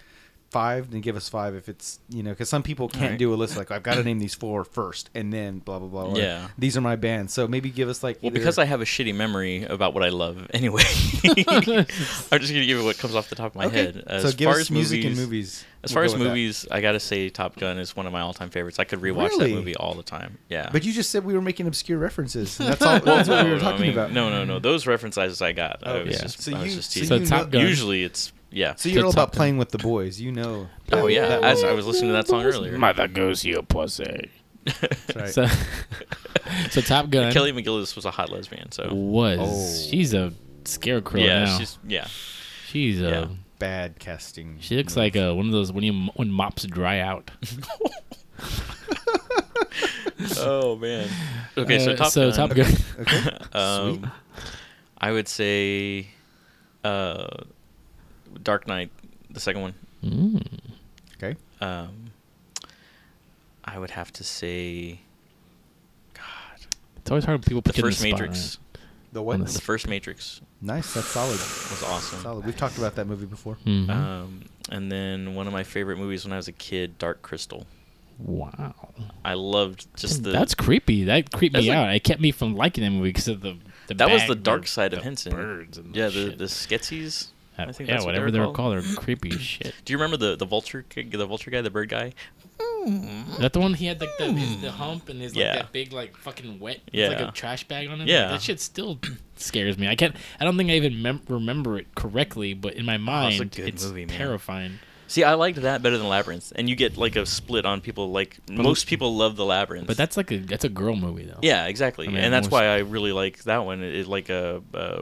Speaker 3: five then give us five if it's you know because some people can't
Speaker 2: Alright.
Speaker 3: do a list like i've got to name these four first and then blah blah blah or
Speaker 2: Yeah.
Speaker 3: these are my bands so maybe give us like
Speaker 2: Well,
Speaker 3: either-
Speaker 2: because I have a shitty memory about what I love anyway, I'm just gonna give you what comes off the top of my
Speaker 3: Okay.
Speaker 2: head. As
Speaker 3: so give
Speaker 2: far
Speaker 3: us
Speaker 2: as
Speaker 3: music and
Speaker 2: movies-
Speaker 3: movies
Speaker 2: As
Speaker 3: We'll
Speaker 2: far
Speaker 3: go
Speaker 2: as
Speaker 3: with that.
Speaker 2: movies, I gotta say Top Gun is one of my all-time favorites. I could rewatch
Speaker 3: Really?
Speaker 2: that movie all the time. Yeah.
Speaker 3: but you just said we were making obscure references and that's all that's what we were talking
Speaker 2: I mean,
Speaker 3: about
Speaker 2: No, no, no. Those references I got. I
Speaker 3: Oh,
Speaker 2: was
Speaker 1: yeah.
Speaker 2: just,
Speaker 3: so
Speaker 2: I was
Speaker 3: you
Speaker 2: just
Speaker 3: so, you
Speaker 2: teasing.
Speaker 1: So Top
Speaker 3: know,
Speaker 1: Gun.
Speaker 2: Usually it's yeah.
Speaker 3: so you're all about
Speaker 1: Top Gun.
Speaker 3: playing with the boys you know
Speaker 2: Oh
Speaker 3: that-
Speaker 2: yeah.
Speaker 3: that
Speaker 2: As
Speaker 3: one.
Speaker 2: I was listening to that song earlier.
Speaker 1: Mother goes your pussy.
Speaker 3: That's right.
Speaker 1: So, so Top Gun
Speaker 2: Kelly McGillis was a hot lesbian, so
Speaker 1: was
Speaker 3: Oh.
Speaker 1: she's a scarecrow
Speaker 2: yeah,
Speaker 1: now. She's,
Speaker 2: she's yeah.
Speaker 1: a
Speaker 2: yeah.
Speaker 3: bad casting
Speaker 1: she looks like uh one of those when you when mops dry out.
Speaker 2: oh man. Okay, so
Speaker 1: Uh,
Speaker 2: Top
Speaker 1: so
Speaker 2: Gun.
Speaker 1: Top Gun.
Speaker 3: okay
Speaker 2: um, I would say, uh, Dark Knight, the second one.
Speaker 1: Mm.
Speaker 3: okay
Speaker 2: Um, I would have to say, God,
Speaker 1: It's always hard when people
Speaker 2: the
Speaker 1: put you in
Speaker 2: first
Speaker 1: spot,
Speaker 2: Matrix.
Speaker 3: the
Speaker 1: On
Speaker 3: what
Speaker 1: the
Speaker 2: The first Matrix
Speaker 3: nice that's solid
Speaker 2: was awesome.
Speaker 3: solid we've talked about that movie before
Speaker 1: right? Mhm.
Speaker 2: Um, and then one of my favorite movies when I was a kid, Dark Crystal.
Speaker 1: wow.
Speaker 2: I loved just the
Speaker 1: that's creepy. That creeped
Speaker 2: That's
Speaker 1: me
Speaker 2: like-
Speaker 1: out. It kept me from liking that movie because of the, the
Speaker 2: that was
Speaker 1: bag
Speaker 2: the dark
Speaker 1: with
Speaker 2: side of
Speaker 1: the
Speaker 2: Henson.
Speaker 1: Birds and
Speaker 2: yeah,
Speaker 1: the,
Speaker 2: the
Speaker 1: shit.
Speaker 2: the Skeksis.
Speaker 1: Uh,
Speaker 2: I think
Speaker 1: yeah,
Speaker 2: that's what they
Speaker 1: whatever
Speaker 2: were
Speaker 1: they're
Speaker 2: called.
Speaker 1: called, they're creepy as shit.
Speaker 2: Do you remember the the vulture ki- the vulture guy, the bird guy?
Speaker 1: Is that the one he had like the, his, the hump and his like
Speaker 2: Yeah.
Speaker 1: that big like fucking wet? it's
Speaker 2: Yeah.
Speaker 1: like a trash bag on him. Like,
Speaker 2: Yeah.
Speaker 1: that shit still scares me. I can't. I don't think I even mem- remember it correctly, but in my mind,
Speaker 2: good
Speaker 1: it's
Speaker 2: movie, man.
Speaker 1: terrifying.
Speaker 2: See, I liked that better than Labyrinth, and you get like a split on people. Like most people love the Labyrinth,
Speaker 1: But that's like a that's a girl movie though.
Speaker 2: yeah, exactly,
Speaker 1: I mean,
Speaker 2: and that's
Speaker 1: most-
Speaker 2: why I really like that one. It, it like a uh,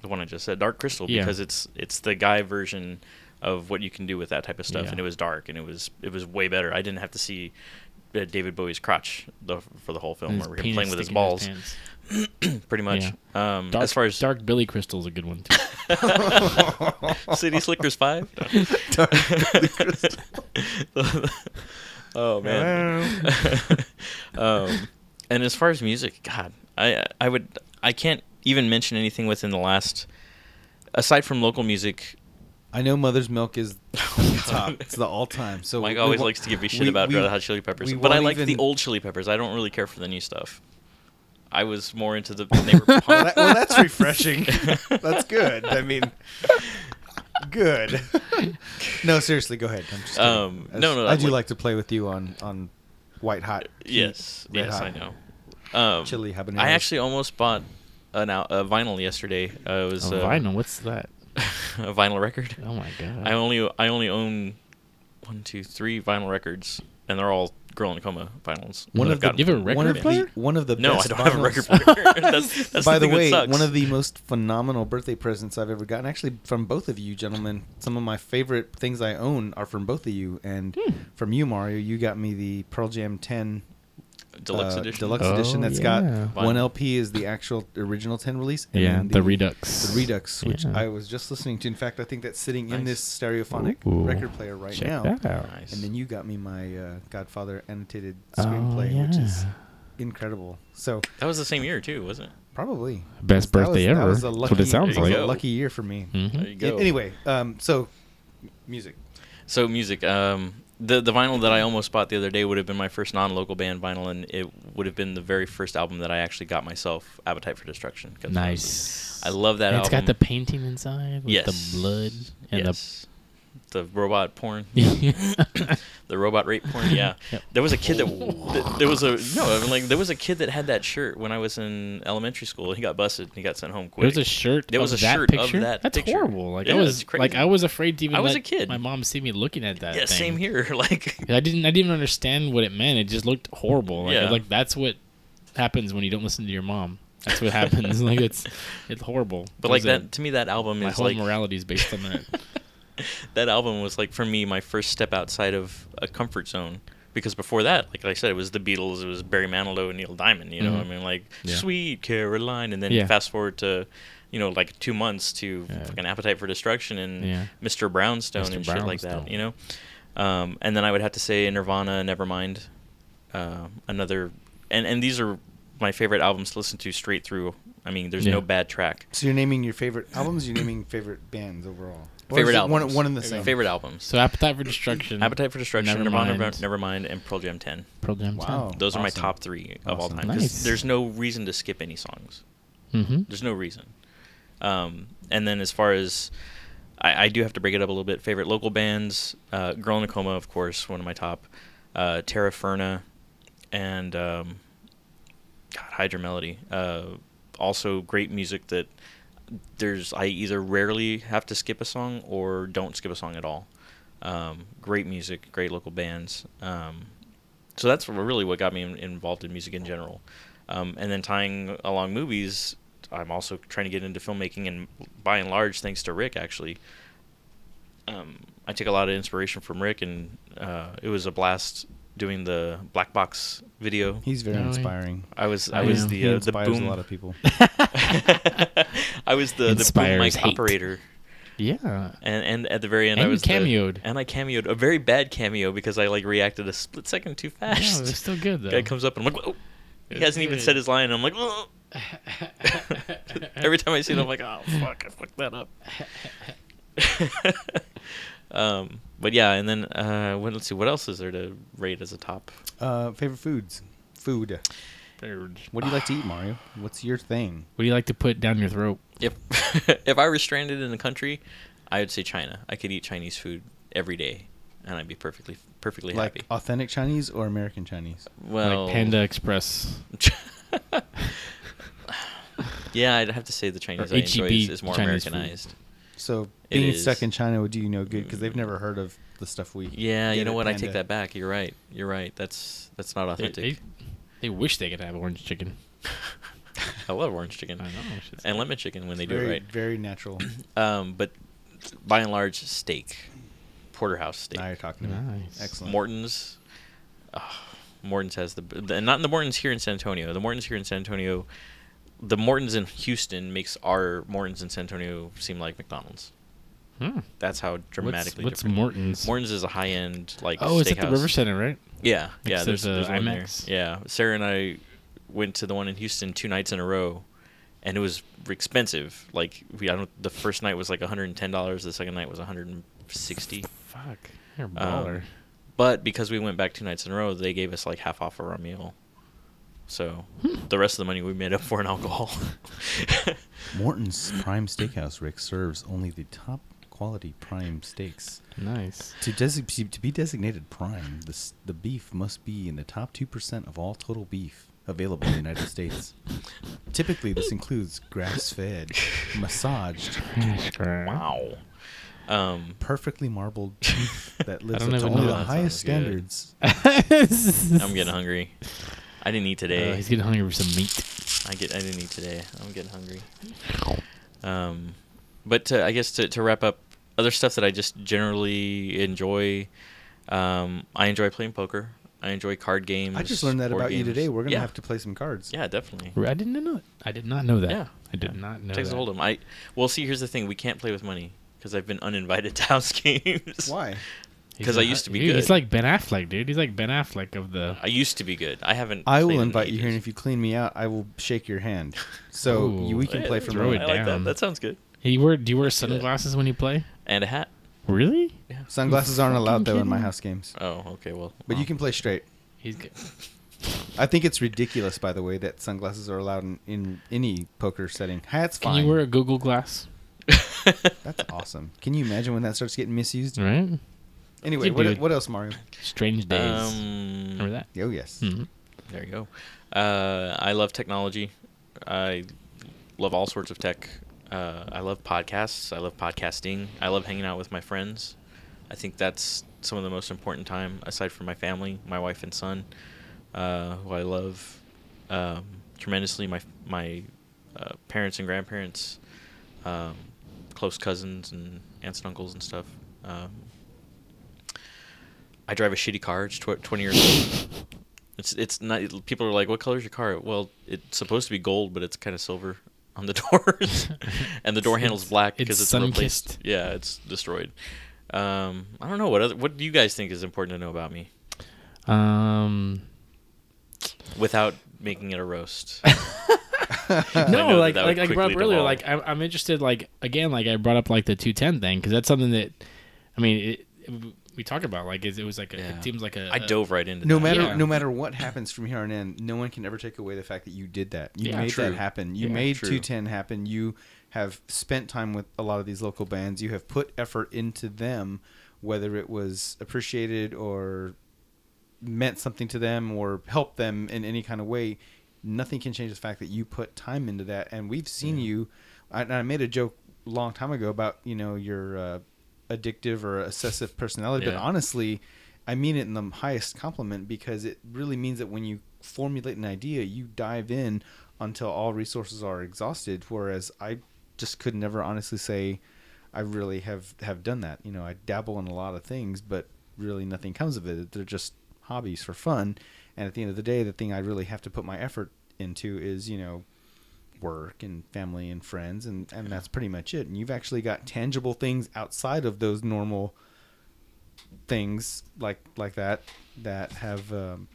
Speaker 2: the one I just said, Dark Crystal,
Speaker 1: Yeah.
Speaker 2: because it's it's the guy version of what you can do with that type of stuff,
Speaker 1: Yeah.
Speaker 2: and it was dark, and it was it was way better. I didn't have to see uh, David Bowie's crotch the, for the whole film,
Speaker 1: And his
Speaker 2: where him
Speaker 1: penis
Speaker 2: playing with his
Speaker 1: sticking in
Speaker 2: balls,
Speaker 1: pants.
Speaker 2: pretty much. Um,
Speaker 1: Dark,
Speaker 2: as far as
Speaker 1: Dark Billy Crystal's a good one too.
Speaker 2: City Slickers Five, oh man. um, and as far as music, God, I I would I can't even mention anything within the last, aside from local music.
Speaker 3: I know Mother's Milk is top. It's the all time. So
Speaker 2: Mike
Speaker 3: we
Speaker 2: always
Speaker 3: won't-
Speaker 2: likes to give me shit
Speaker 3: we-
Speaker 2: about
Speaker 3: we-
Speaker 2: Red Hot Chili Peppers,
Speaker 3: we
Speaker 2: but I
Speaker 3: won't
Speaker 2: like the
Speaker 3: even-
Speaker 2: old Chili Peppers. I don't really care for the new stuff. I was more into the neighborhood
Speaker 3: Well,
Speaker 2: punk.
Speaker 3: that- well, that's refreshing. that's good. I mean, good. no, seriously, go ahead. I'm just kidding.
Speaker 2: Um,
Speaker 3: As-
Speaker 2: no, no,
Speaker 3: I
Speaker 2: I
Speaker 3: do
Speaker 2: would-
Speaker 3: like to play with you on on white hot. heat,
Speaker 2: Yes,
Speaker 3: red
Speaker 2: yes,
Speaker 3: hot.
Speaker 2: I know. Um,
Speaker 3: Chili habaneros.
Speaker 2: I actually almost bought an, al- a vinyl yesterday. Uh, it was
Speaker 1: Oh,
Speaker 2: uh,
Speaker 1: vinyl. What's that?
Speaker 2: a vinyl record.
Speaker 1: Oh my god.
Speaker 2: I only I only own one, two, three vinyl records, and they're all Girl in a Coma vinyls.
Speaker 3: One
Speaker 2: that
Speaker 3: of
Speaker 2: I've
Speaker 3: the-
Speaker 2: gotten.
Speaker 1: Do you have a
Speaker 3: one
Speaker 1: record
Speaker 3: of
Speaker 1: player?
Speaker 3: the one of the
Speaker 2: no, I
Speaker 3: best
Speaker 2: don't have a
Speaker 3: vinyls-
Speaker 2: record player. that's, that's
Speaker 3: By
Speaker 2: the,
Speaker 3: the,
Speaker 2: thing
Speaker 3: way,
Speaker 2: that sucks.
Speaker 3: one of the most phenomenal birthday presents I've ever gotten, actually from both of you gentlemen. Some of my favorite things I
Speaker 2: Hmm.
Speaker 3: own are from both of you, and from you, Mario. You got me the Pearl Jam 10
Speaker 2: Deluxe
Speaker 3: uh,
Speaker 2: edition.
Speaker 3: Deluxe
Speaker 1: Oh,
Speaker 3: edition that's
Speaker 1: yeah.
Speaker 3: got one LP is the actual original ten release. And
Speaker 1: yeah,
Speaker 3: then
Speaker 1: the, Redux.
Speaker 3: the Redux, which
Speaker 1: Yeah.
Speaker 3: I was just listening to. In fact, I think that's sitting in
Speaker 2: Nice.
Speaker 3: this stereophonic
Speaker 1: Ooh.
Speaker 3: record player right
Speaker 1: Check
Speaker 3: now.
Speaker 1: that out.
Speaker 2: Nice.
Speaker 3: And then you got me my uh, Godfather annotated
Speaker 1: Oh,
Speaker 3: screenplay, which is
Speaker 1: yeah.
Speaker 3: incredible. So
Speaker 2: that was the same year too, wasn't it?
Speaker 3: probably
Speaker 1: Best
Speaker 3: That
Speaker 1: birthday
Speaker 3: was-
Speaker 1: ever.
Speaker 3: That was a
Speaker 1: That's
Speaker 3: lucky,
Speaker 1: what it sounds
Speaker 3: that was a
Speaker 2: like.
Speaker 3: lucky year for me.
Speaker 1: Mhm.
Speaker 2: There you go.
Speaker 3: Mm-hmm. A- Anyway, um, so m- music.
Speaker 2: So music. Um, the the vinyl that I almost bought the other day would have been my first non-local band vinyl, and it would have been the very first album that I actually got myself, Appetite for Destruction. 'cause
Speaker 1: Nice.
Speaker 2: I love that
Speaker 1: And It's got
Speaker 2: album.
Speaker 1: the painting inside with
Speaker 2: Yes.
Speaker 1: the blood and
Speaker 2: yes. The robot porn,
Speaker 1: the.
Speaker 2: the robot rape porn. Yeah,
Speaker 1: Yep.
Speaker 2: there was a kid that
Speaker 1: Oh.
Speaker 2: th- there was a no, I mean, like there was a kid that had that shirt when I was in elementary school. He got busted. and He got sent home quick.
Speaker 1: There was a shirt.
Speaker 2: There was
Speaker 1: of
Speaker 2: a
Speaker 1: that
Speaker 2: shirt of
Speaker 1: picture?
Speaker 2: that
Speaker 1: That's
Speaker 2: picture.
Speaker 1: horrible. Like I
Speaker 2: Yeah,
Speaker 1: was
Speaker 2: it's crazy.
Speaker 1: like I was afraid to even.
Speaker 2: I was
Speaker 1: let
Speaker 2: a kid.
Speaker 1: My mom see me looking at that.
Speaker 2: yeah,
Speaker 1: thing.
Speaker 2: same here. Like
Speaker 1: I didn't. I didn't even understand what it meant. It just looked horrible. Like,
Speaker 2: Yeah.
Speaker 1: like that's what happens when you don't listen to your mom. That's what happens. like it's it's horrible.
Speaker 2: But
Speaker 1: It
Speaker 2: like
Speaker 1: was a-
Speaker 2: that, to me, that album
Speaker 1: my
Speaker 2: is
Speaker 1: whole
Speaker 2: like
Speaker 1: morality is based on that.
Speaker 2: that album was like for me my first step outside of a comfort zone because before that, like I said, it was the Beatles, it was Barry Manilow and Neil Diamond. You know,
Speaker 1: Mhm.
Speaker 2: I mean, like
Speaker 1: Yeah.
Speaker 2: Sweet Caroline, and then
Speaker 1: Yeah.
Speaker 2: fast forward to, you know, like two months to
Speaker 1: Yeah.
Speaker 2: fucking Appetite for Destruction and
Speaker 1: Yeah.
Speaker 2: Mr. Brownstone
Speaker 1: Mr.
Speaker 2: and shit like that.
Speaker 1: Brownstone.
Speaker 2: You know, um, and then I would have to say Nirvana, Nevermind, uh, another, and and these are my favorite albums to listen to straight through. I mean, there's
Speaker 1: Yeah.
Speaker 2: no bad track.
Speaker 3: So you're naming your favorite albums. You're naming favorite bands overall. Or is
Speaker 2: favorite
Speaker 3: it
Speaker 2: albums.
Speaker 3: One, one in the same.
Speaker 2: Favorite albums.
Speaker 1: So appetite for destruction.
Speaker 2: Appetite for Destruction, Nirvana,
Speaker 1: Nevermind.
Speaker 2: Nevermind, and Pearl Jam 10.
Speaker 1: Pearl Jam.
Speaker 3: Wow.
Speaker 2: Those are my
Speaker 3: Oh, Awesome.
Speaker 2: top three of all
Speaker 3: Awesome.
Speaker 2: time. 'cause
Speaker 1: Nice.
Speaker 2: There's no reason to skip any songs.
Speaker 1: Mm-hmm.
Speaker 2: There's no reason. Um, and then as far as I, I do have to break it up a little bit. Favorite local bands, uh, Girl in a Coma, of course, one of my top. Uh, Terra Firma, and um, God, Hydra Melody. Uh, also great music that there's. I either rarely have to skip a song or don't skip a song at all. Um, great music, great local bands. Um, so that's really what got me in, involved in music in general. Um, and then tying along movies, I'm also trying to get into filmmaking, and by and large, thanks to Rick, actually, um, I take a lot of inspiration from Rick, and uh, it was a blast doing the black box video.
Speaker 3: He's very
Speaker 1: No, he-
Speaker 3: inspiring.
Speaker 2: I was I
Speaker 1: I
Speaker 2: was
Speaker 1: know.
Speaker 2: the
Speaker 3: he
Speaker 2: uh, the
Speaker 3: inspires
Speaker 2: boom.
Speaker 3: a lot of people.
Speaker 2: I was the, the boom
Speaker 1: Inspires
Speaker 2: mic
Speaker 1: hate.
Speaker 2: operator,
Speaker 1: Yeah.
Speaker 2: and and at the very end, I
Speaker 1: And you
Speaker 2: was the-
Speaker 1: cameoed.
Speaker 2: and I cameoed a very bad cameo because I like reacted a split second too
Speaker 1: No, they're
Speaker 2: fast.
Speaker 1: still good though.
Speaker 2: Guy comes up and I'm like, Whoa. he
Speaker 1: It's
Speaker 2: hasn't even
Speaker 1: good.
Speaker 2: said his line. And I'm like, "Whoa." every time I see it, I'm like, oh fuck, I fucked that up. um, but yeah, and then uh, what, let's see, what else is there to rate as a top?
Speaker 3: Uh, favorite foods. Food.
Speaker 1: Third.
Speaker 3: What do you like to eat, Mario? What's your thing?
Speaker 1: What do you like to put down your throat?
Speaker 2: If if I were stranded in a country, I would say China. I could eat Chinese food every day, and I'd be perfectly perfectly
Speaker 3: Like
Speaker 2: happy.
Speaker 3: authentic Chinese or American Chinese?
Speaker 2: Well,
Speaker 1: Like Panda Express.
Speaker 2: yeah, I'd have to say the Chinese I enjoy
Speaker 1: HEB
Speaker 2: is, is more
Speaker 1: E Chinese food.
Speaker 2: Americanized.
Speaker 3: So
Speaker 2: It
Speaker 3: being
Speaker 2: is.
Speaker 3: stuck in China would do you no good because they've never heard of the stuff we.
Speaker 2: Yeah, you
Speaker 3: get
Speaker 2: know
Speaker 3: at
Speaker 2: what? I take
Speaker 3: Panda.
Speaker 2: that back. You're right. You're right. That's that's not
Speaker 1: They,
Speaker 2: authentic.
Speaker 1: they, they wish they could have orange chicken.
Speaker 2: I love orange chicken
Speaker 1: I know. it's just-
Speaker 2: and lemon chicken when they do
Speaker 3: very,
Speaker 2: it right.
Speaker 3: Very natural.
Speaker 2: Um, but by and large, steak, porterhouse steak,
Speaker 3: now you're talking to me.
Speaker 1: Nice.
Speaker 3: Excellent.
Speaker 2: Morton's. Ah, Morton's has the, b- the and not the Morton's here in San Antonio. The Morton's here in San Antonio, the Morton's in Houston makes our Morton's in San Antonio seem like McDonald's.
Speaker 1: Hmm.
Speaker 2: That's how
Speaker 1: What's,
Speaker 2: dramatically
Speaker 1: what's
Speaker 2: different.
Speaker 1: Morton's?
Speaker 2: Morton's is a high end like
Speaker 1: oh, it's at the
Speaker 2: steakhouse.
Speaker 1: River Center, right?
Speaker 2: Yeah,
Speaker 1: Like,
Speaker 2: yeah.
Speaker 1: there's
Speaker 2: There's,
Speaker 1: a
Speaker 2: there's one there.
Speaker 1: IMAX.
Speaker 2: Yeah, Sarah and I went to the one in Houston two nights in a row, and it was expensive. Like we, I don't. The first night was like 110 dollars. The second night was 160.
Speaker 1: Fuck. You're a
Speaker 2: Um,
Speaker 1: baller.
Speaker 2: But because we went back two nights in a row, they gave us like half off of our meal. So the rest of the money we made up for in alcohol.
Speaker 3: Morton's Prime Steakhouse, Rick, serves only the top quality prime steaks.
Speaker 1: nice.
Speaker 3: To, desi- to be designated prime, the, s- the beef must be in the top 2% of all total beef available in the United States. Typically, this includes grass fed, massaged,
Speaker 2: wow. Um,
Speaker 3: perfectly marbled beef that lives
Speaker 1: I don't
Speaker 3: up to
Speaker 1: even
Speaker 3: only
Speaker 1: know
Speaker 3: the
Speaker 1: that
Speaker 3: highest
Speaker 2: sounds good.
Speaker 3: standards.
Speaker 2: I'm
Speaker 1: I'm
Speaker 2: getting hungry. I didn't eat today.
Speaker 1: Uh, he's getting hungry for some meat.
Speaker 2: I get. I didn't eat today. I'm getting hungry. Um, but to, I guess to, to wrap up, other stuff that I just generally enjoy. Um, I enjoy playing poker. I enjoy card games.
Speaker 3: I just learned that
Speaker 2: board
Speaker 3: about you
Speaker 2: games.
Speaker 3: today. We're gonna
Speaker 2: Yeah.
Speaker 3: have to play some cards.
Speaker 2: Yeah, definitely.
Speaker 1: I didn't know it. I did not know that.
Speaker 2: Yeah.
Speaker 1: I did
Speaker 2: Yeah.
Speaker 1: not know.
Speaker 2: Texas
Speaker 1: that.
Speaker 2: Hold'em. I well, see, here's the thing: we can't play with money because I've been uninvited to house games.
Speaker 3: Why?
Speaker 1: He's
Speaker 2: 'Cause I
Speaker 1: like-
Speaker 2: used to be
Speaker 1: dude, He's
Speaker 2: good. Uh,
Speaker 1: like Ben Affleck, dude. He's like Ben Affleck of the.
Speaker 2: I used to be good. I haven't.
Speaker 3: I
Speaker 2: played
Speaker 3: will
Speaker 2: in
Speaker 3: invite you here, and
Speaker 2: ages.
Speaker 3: if you clean me out, I will shake your hand. So
Speaker 1: Ooh.
Speaker 3: you, we can
Speaker 2: Yeah,
Speaker 3: play
Speaker 2: that's
Speaker 3: from
Speaker 1: throw
Speaker 2: right.
Speaker 1: it
Speaker 2: I like that.
Speaker 1: down.
Speaker 2: That sounds good.
Speaker 1: He wear? Do you wear
Speaker 2: do that.
Speaker 1: sunglasses when you play?
Speaker 2: And a hat.
Speaker 1: Really?
Speaker 2: Yeah.
Speaker 3: Sunglasses aren't allowed though
Speaker 1: Fucking
Speaker 3: in my
Speaker 1: kidding.
Speaker 3: house games,
Speaker 2: Oh, okay. Well,
Speaker 3: but
Speaker 2: well.
Speaker 3: you can play straight.
Speaker 1: He's good.
Speaker 3: I think it's ridiculous, by the way, that sunglasses are allowed in, in any poker setting. Hats
Speaker 1: Can
Speaker 3: fine.
Speaker 1: you wear a Google Glass?
Speaker 3: That's awesome. Can you imagine when that starts getting misused?
Speaker 1: Right.
Speaker 3: Anyway,
Speaker 1: You do
Speaker 3: what,
Speaker 1: it.
Speaker 3: what else, Mario?
Speaker 1: Strange days.
Speaker 2: Um, hmm.
Speaker 1: Remember that?
Speaker 3: Oh yes.
Speaker 1: Mhm.
Speaker 2: There you go. Uh, I love technology. I love all sorts of tech. Uh, I love podcasts. I love podcasting. I love hanging out with my friends. I think that's some of the most important time, aside from my family, my wife and son, uh, who I love um, tremendously. My my uh, parents and grandparents, um, close cousins and aunts and uncles and stuff. Um, I drive a shitty car. It's tw- twenty years old. It's it's not. People are like, "What color's your car?" Well, it's supposed to be gold, but it's kind of silver on the doors, and the door
Speaker 1: It's-
Speaker 2: handle's
Speaker 1: it's-
Speaker 2: black
Speaker 1: it's
Speaker 2: because it's,
Speaker 1: sun-kissed.
Speaker 2: replaced. Yeah, it's destroyed. Um, I don't know what other. What do you guys think is important to know about me
Speaker 1: Um,
Speaker 2: without making it a roast? know that
Speaker 1: no, like
Speaker 2: that
Speaker 1: like, like
Speaker 2: would
Speaker 1: I brought up
Speaker 2: quickly
Speaker 1: earlier,
Speaker 2: devolve.
Speaker 1: like I'm, I'm interested. Like again, like I brought up like the 210 thing because that's something that, I mean, it, it- we talk about like it, it was like a,
Speaker 2: Yeah.
Speaker 1: it seems like a
Speaker 2: I
Speaker 3: uh,
Speaker 1: a-
Speaker 2: dove right into
Speaker 3: No
Speaker 2: that.
Speaker 3: matter
Speaker 1: Yeah.
Speaker 3: no matter what happens from here on in, no one can ever take away the fact that you did that. You
Speaker 1: Yeah,
Speaker 3: made
Speaker 2: true.
Speaker 3: that happen. You
Speaker 1: Yeah,
Speaker 3: made
Speaker 2: true.
Speaker 3: two ten happen. You have spent time with a lot of these local bands. You have put effort into them, whether it was appreciated or meant something to them or helped them in any kind of way. Nothing can change the fact that you put time into that, and we've seen you. I, and I made a joke a long time ago about you know your uh, addictive or obsessive personality,
Speaker 2: Yeah.
Speaker 3: but honestly, I mean it in the highest compliment because it really means that when you formulate an idea, you dive in until all resources are exhausted. Whereas I just could never honestly say I really have have done that. You know, I dabble in a lot of things, but really nothing comes of it. They're just hobbies for fun. And at the end of the day, the thing I really have to put my effort into is you know work and family and friends and and that's pretty much it and you've actually got tangible things outside of those normal things like like that that have um,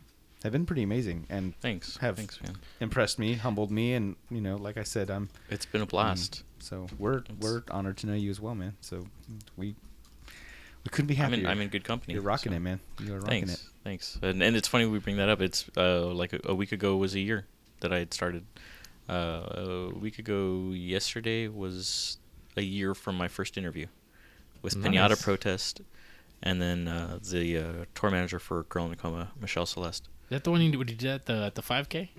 Speaker 3: have been pretty amazing and
Speaker 2: Thanks.
Speaker 3: Have-
Speaker 2: Thanks, man.
Speaker 3: impressed me humbled me and you know like i said i'm
Speaker 2: It's been a
Speaker 3: Mm.
Speaker 2: blast.
Speaker 3: so we're
Speaker 2: It's-
Speaker 3: we're honored to know you as well man so we we couldn't be
Speaker 2: I'm
Speaker 3: happier
Speaker 2: in, I'm in good company.
Speaker 3: you're rocking
Speaker 2: so.
Speaker 3: it man you're rocking
Speaker 2: Thanks. Thanks. And, and it's funny we bring that up. It's uh, like a, a week ago was a year that I had started. Uh, a week ago yesterday was a year from my first interview with Pinata
Speaker 1: Nice.
Speaker 2: Protest and then uh, the uh, tour manager for Girl in a Coma, Michelle Celeste.
Speaker 1: Is that the one you did- what you did at the at the 5K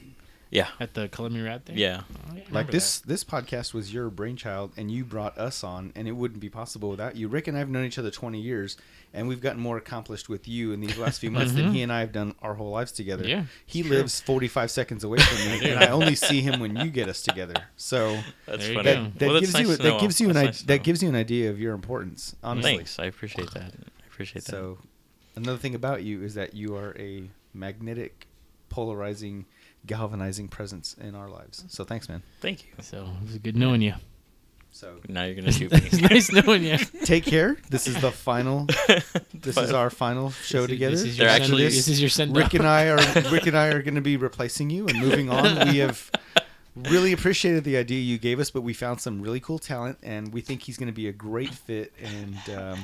Speaker 2: Yeah.
Speaker 1: at the Columbia Rad thing?
Speaker 2: Yeah.
Speaker 1: Oh, yeah, I
Speaker 3: it like
Speaker 1: remember
Speaker 3: this this podcast was your brainchild and you brought us on and it wouldn't be possible without you rick and i've known each other 20 years and we've gotten more accomplished with you in these last few months
Speaker 2: Mm-hmm.
Speaker 3: than he and i have done our whole lives together
Speaker 1: Yeah,
Speaker 3: he
Speaker 1: it's true.
Speaker 3: lives 45 seconds away from me and i only see him when you get us together so
Speaker 2: That's
Speaker 1: There you
Speaker 2: funny.
Speaker 1: go.
Speaker 3: that, that
Speaker 2: Well, that's
Speaker 3: gives you
Speaker 2: nice to
Speaker 3: that
Speaker 2: know.
Speaker 3: gives you an
Speaker 2: That's
Speaker 3: I
Speaker 2: nice to
Speaker 3: that
Speaker 2: know.
Speaker 3: gives you an idea of your importance honestly
Speaker 2: Thanks. I appreciate that. I appreciate that.
Speaker 3: so another thing about you is that you are a magnetic polarizing galvanizing presence in our lives so thanks man
Speaker 2: Thank you.
Speaker 1: that. So it was good knowing you.
Speaker 3: so
Speaker 2: Now you're going to shoot
Speaker 1: it's
Speaker 2: me.
Speaker 1: nice knowing you.
Speaker 3: take care this is the final this is our final show
Speaker 1: This is-
Speaker 3: together
Speaker 1: This is your,
Speaker 2: They're
Speaker 1: send-
Speaker 2: actually-
Speaker 1: this is your send
Speaker 3: rick and i are rick and i are going to be replacing you and moving on we have really appreciated the idea you gave us but we found some really cool talent and we think he's going to be a great fit and um,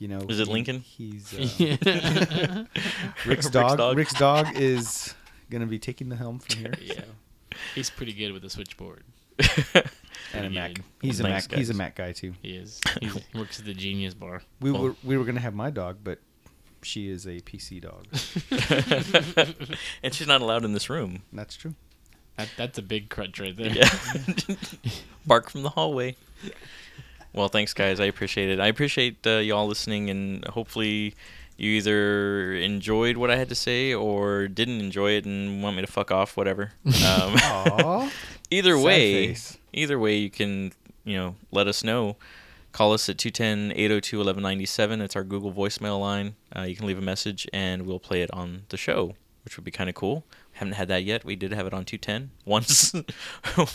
Speaker 3: you know
Speaker 2: Is it
Speaker 3: he-
Speaker 2: Lincoln?
Speaker 3: he's uh,
Speaker 1: yeah.
Speaker 3: rick's,
Speaker 2: Rick's
Speaker 3: dog,
Speaker 2: dog.
Speaker 3: rick's dog is going to be taking the helm from here
Speaker 1: yeah. He's pretty good with the switchboard.
Speaker 3: and a mac
Speaker 1: Yeah.
Speaker 3: he's a
Speaker 2: Thanks,
Speaker 3: mac he's a
Speaker 2: guys.
Speaker 3: mac guy too
Speaker 1: He is. He's, he works at the Genius Bar.
Speaker 3: we
Speaker 2: Well-
Speaker 3: were we were going to have my dog but she is a pc dog
Speaker 2: and she's not allowed in this room.
Speaker 3: that's true
Speaker 1: That, that's a big crutch right there.
Speaker 2: Yeah. Bark from the hallway. Well, thanks, guys. I appreciate it. I appreciate uh, y'all listening, and hopefully, you either enjoyed what I had to say or didn't enjoy it and want me to fuck off, whatever. Um,
Speaker 3: Aww.
Speaker 2: either
Speaker 3: Sad
Speaker 2: way,
Speaker 3: face.
Speaker 2: either way, you can you know let us know. Call us at 210 802 1197. It's our Google voicemail line. Uh, you can leave a message and we'll play it on the show, which would be kind of cool. Haven't had that yet. We did have it on 210 once,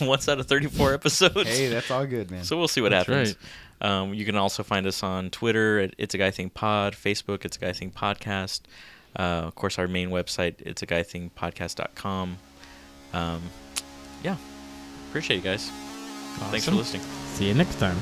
Speaker 2: once out of 34 episodes.
Speaker 3: Hey, that's all good, man.
Speaker 2: So we'll see what
Speaker 1: That's
Speaker 2: happens. Um, you can also find us on Twitter at It's a Guy Thing Pod, Facebook, It's a Guy Thing Podcast. Uh, of course, our main website, It's a Guy Thing Podcast.com. Um, yeah. Appreciate you guys. Thanks for
Speaker 1: Awesome.
Speaker 2: listening.
Speaker 1: See you next time.